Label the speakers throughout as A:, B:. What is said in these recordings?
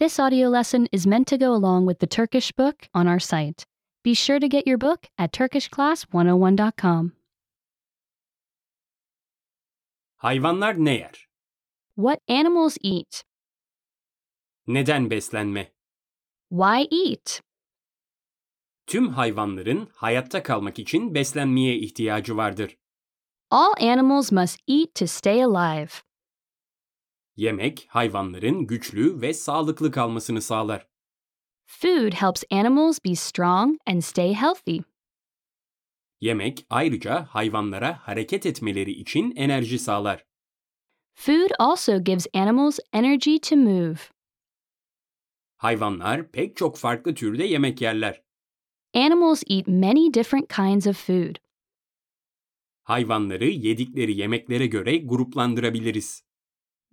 A: This audio lesson is meant to go along with the Turkish book on our site. Be sure to get your book at turkishclass101.com.
B: Hayvanlar ne yer?
A: What animals eat?
B: Neden beslenme?
A: Why eat?
B: Tüm hayvanların hayatta kalmak için beslenmeye ihtiyacı vardır.
A: All animals must eat to stay alive.
B: Yemek hayvanların güçlü ve sağlıklı kalmasını sağlar.
A: Food helps animals be strong and stay healthy.
B: Yemek ayrıca hayvanlara hareket etmeleri için enerji sağlar.
A: Food also gives animals energy to move.
B: Hayvanlar pek çok farklı türde yemek yerler.
A: Animals eat many different kinds of food.
B: Hayvanları yedikleri yemeklere göre gruplandırabiliriz.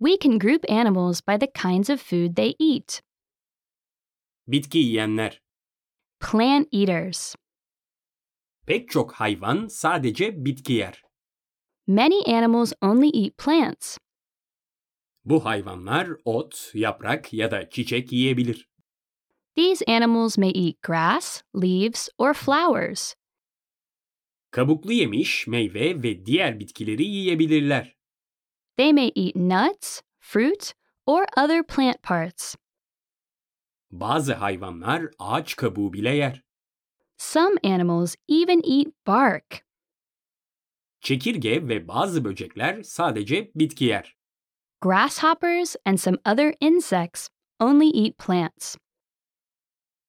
A: We can group animals by the kinds of food they eat.
B: Bitki yiyenler.
A: Plant eaters.
B: Pek çok hayvan sadece bitki yer.
A: Many animals only eat plants.
B: Bu hayvanlar ot, yaprak ya da çiçek yiyebilir.
A: These animals may eat grass, leaves, or flowers.
B: Kabuklu yemiş, meyve ve diğer bitkileri yiyebilirler.
A: They may eat nuts, fruit, or other plant parts.
B: Bazı hayvanlar ağaç kabuğu bile yer.
A: Some animals even eat bark.
B: Çekirge ve bazı böcekler sadece bitki yer.
A: Grasshoppers and some other insects only eat plants.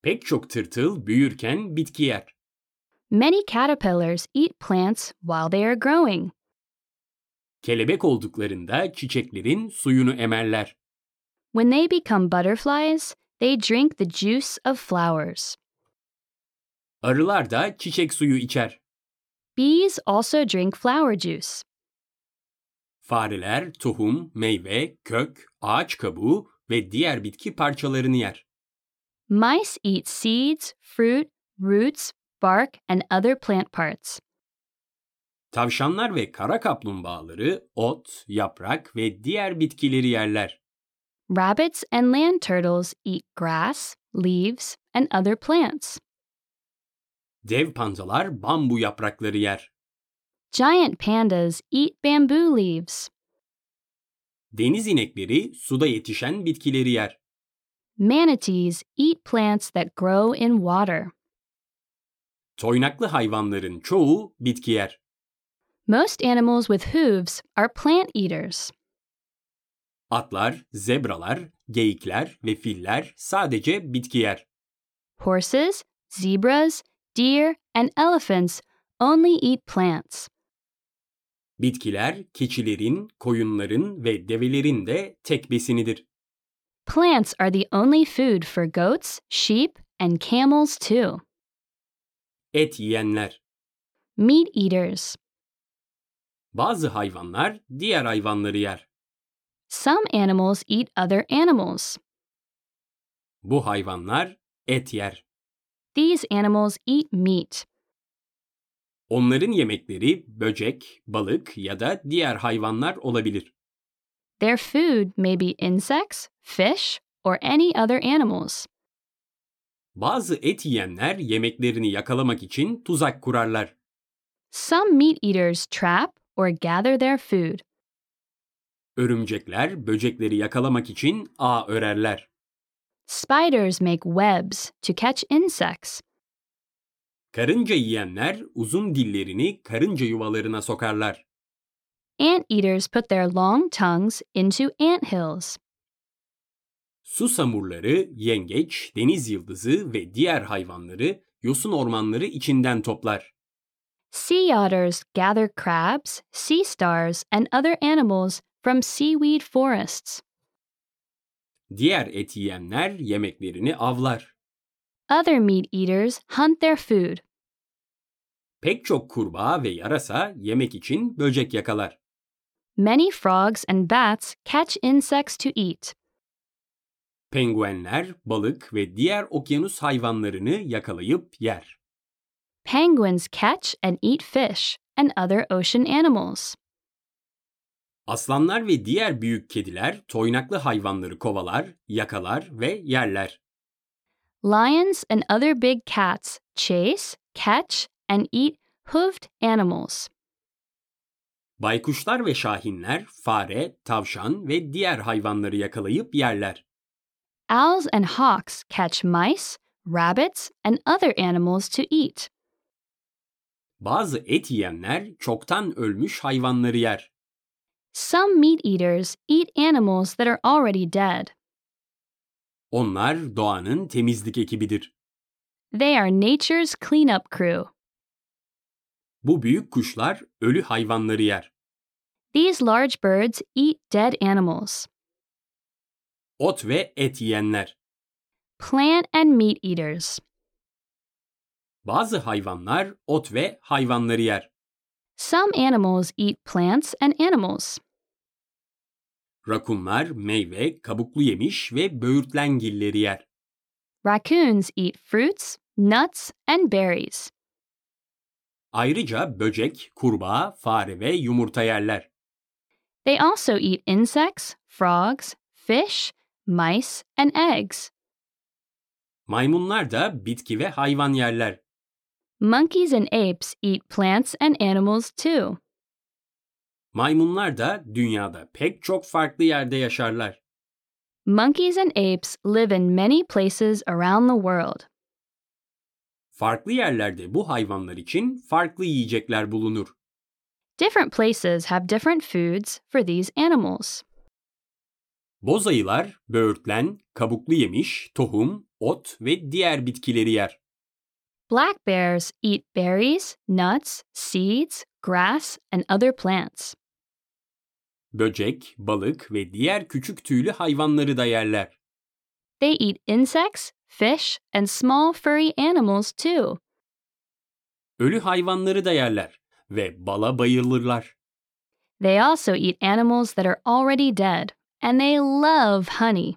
B: Pek çok tırtıl büyürken bitki yer.
A: Many caterpillars eat plants while they are growing.
B: Kelebek olduklarında çiçeklerin suyunu emerler.
A: When they become butterflies, they drink the juice of flowers.
B: Arılar da çiçek suyu içer.
A: Bees also drink flower juice.
B: Fareler tohum, meyve, kök, ağaç kabuğu ve diğer bitki parçalarını yer.
A: Mice eat seeds, fruit, roots, bark, and other plant parts.
B: Tavşanlar ve kara kaplumbağaları ot, yaprak ve diğer bitkileri yerler.
A: Rabbits and land turtles eat grass, leaves, and other plants.
B: Dev pandalar bambu yaprakları yer.
A: Giant pandas eat bamboo leaves.
B: Deniz inekleri suda yetişen bitkileri yer.
A: Manatees eat plants that grow in water.
B: Toynaklı hayvanların çoğu bitki yer.
A: Most animals with hooves are plant eaters.
B: Atlar, zebralar, geyikler ve filler sadece bitki yer.
A: Horses, zebras, deer, and elephants only eat plants.
B: Bitkiler keçilerin, koyunların ve develerin de tek besinidir.
A: Plants are the only food for goats, sheep, and camels, too.
B: Et yiyenler.
A: Meat eaters.
B: Bazı hayvanlar diğer hayvanları yer.
A: Some animals eat other animals.
B: Bu hayvanlar et yer.
A: These animals eat meat.
B: Onların yemekleri böcek, balık ya da diğer hayvanlar olabilir.
A: Their food may be insects, fish, or any other animals.
B: Bazı et yiyenler yemeklerini yakalamak için tuzak kurarlar.
A: Some meat eaters trap or gather their food.
B: Örümcekler böcekleri yakalamak için ağ örerler.
A: Spiders make webs to catch insects.
B: Karınca yiyenler uzun dillerini karınca yuvalarına sokarlar.
A: Anteaters put their long tongues into anthills.
B: Susamurları, yengeç, deniz yıldızı ve diğer hayvanları yosun ormanları içinden toplar.
A: Sea otters gather crabs, sea stars, and other animals from seaweed forests.
B: Diğer et yiyenler yemeklerini avlar.
A: Other meat eaters hunt their food.
B: Pek çok kurbağa ve yarasa yemek için böcek yakalar.
A: Many frogs and bats catch insects to eat.
B: Penguenler balık ve diğer okyanus hayvanlarını yakalayıp yer.
A: Penguins catch and eat fish and other ocean animals.
B: Aslanlar ve diğer büyük kediler toynaklı hayvanları kovalar, yakalar ve yerler.
A: Lions and other big cats chase, catch, and eat hooved animals.
B: Baykuşlar ve şahinler fare, tavşan ve diğer hayvanları yakalayıp yerler.
A: Owls and hawks catch mice, rabbits, and other animals to eat.
B: Bazı et yiyenler çoktan ölmüş hayvanları yer.
A: Some meat eaters eat animals that are already dead.
B: Onlar doğanın temizlik ekibidir.
A: They are nature's cleanup crew.
B: Bu büyük kuşlar ölü hayvanları yer.
A: These large birds eat dead animals.
B: Ot ve et yiyenler.
A: Plant and meat eaters.
B: Bazı hayvanlar ot ve hayvanları yer.
A: Some animals eat plants and animals.
B: Rakunlar meyve, kabuklu yemiş ve böğürtlengilleri yer.
A: Raccoons eat fruits, nuts, and berries.
B: Ayrıca böcek, kurbağa, fare ve yumurta yerler.
A: They also eat insects, frogs, fish, mice, and eggs.
B: Maymunlar da bitki ve hayvan yerler.
A: Monkeys and apes eat plants and animals too.
B: Maymunlar da dünyada pek çok farklı yerde yaşarlar.
A: Monkeys and apes live in many places around the world.
B: Farklı yerlerde bu hayvanlar için farklı yiyecekler bulunur.
A: Different places have different foods for these animals.
B: Boz ayılar böğürtlen, kabuklu yemiş, tohum, ot ve diğer bitkileri yer.
A: Black bears eat berries, nuts, seeds, grass, and other plants.
B: Böcek, balık ve diğer küçük tüylü hayvanları da yerler.
A: They eat insects, fish, and small furry animals too.
B: Ölü hayvanları da yerler ve bala bayılırlar.
A: They also eat animals that are already dead, and they love honey.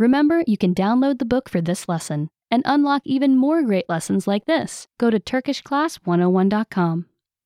A: Remember, you can download the book for this oh lesson and unlock even more great lessons like this. Go to TurkishClass101.com.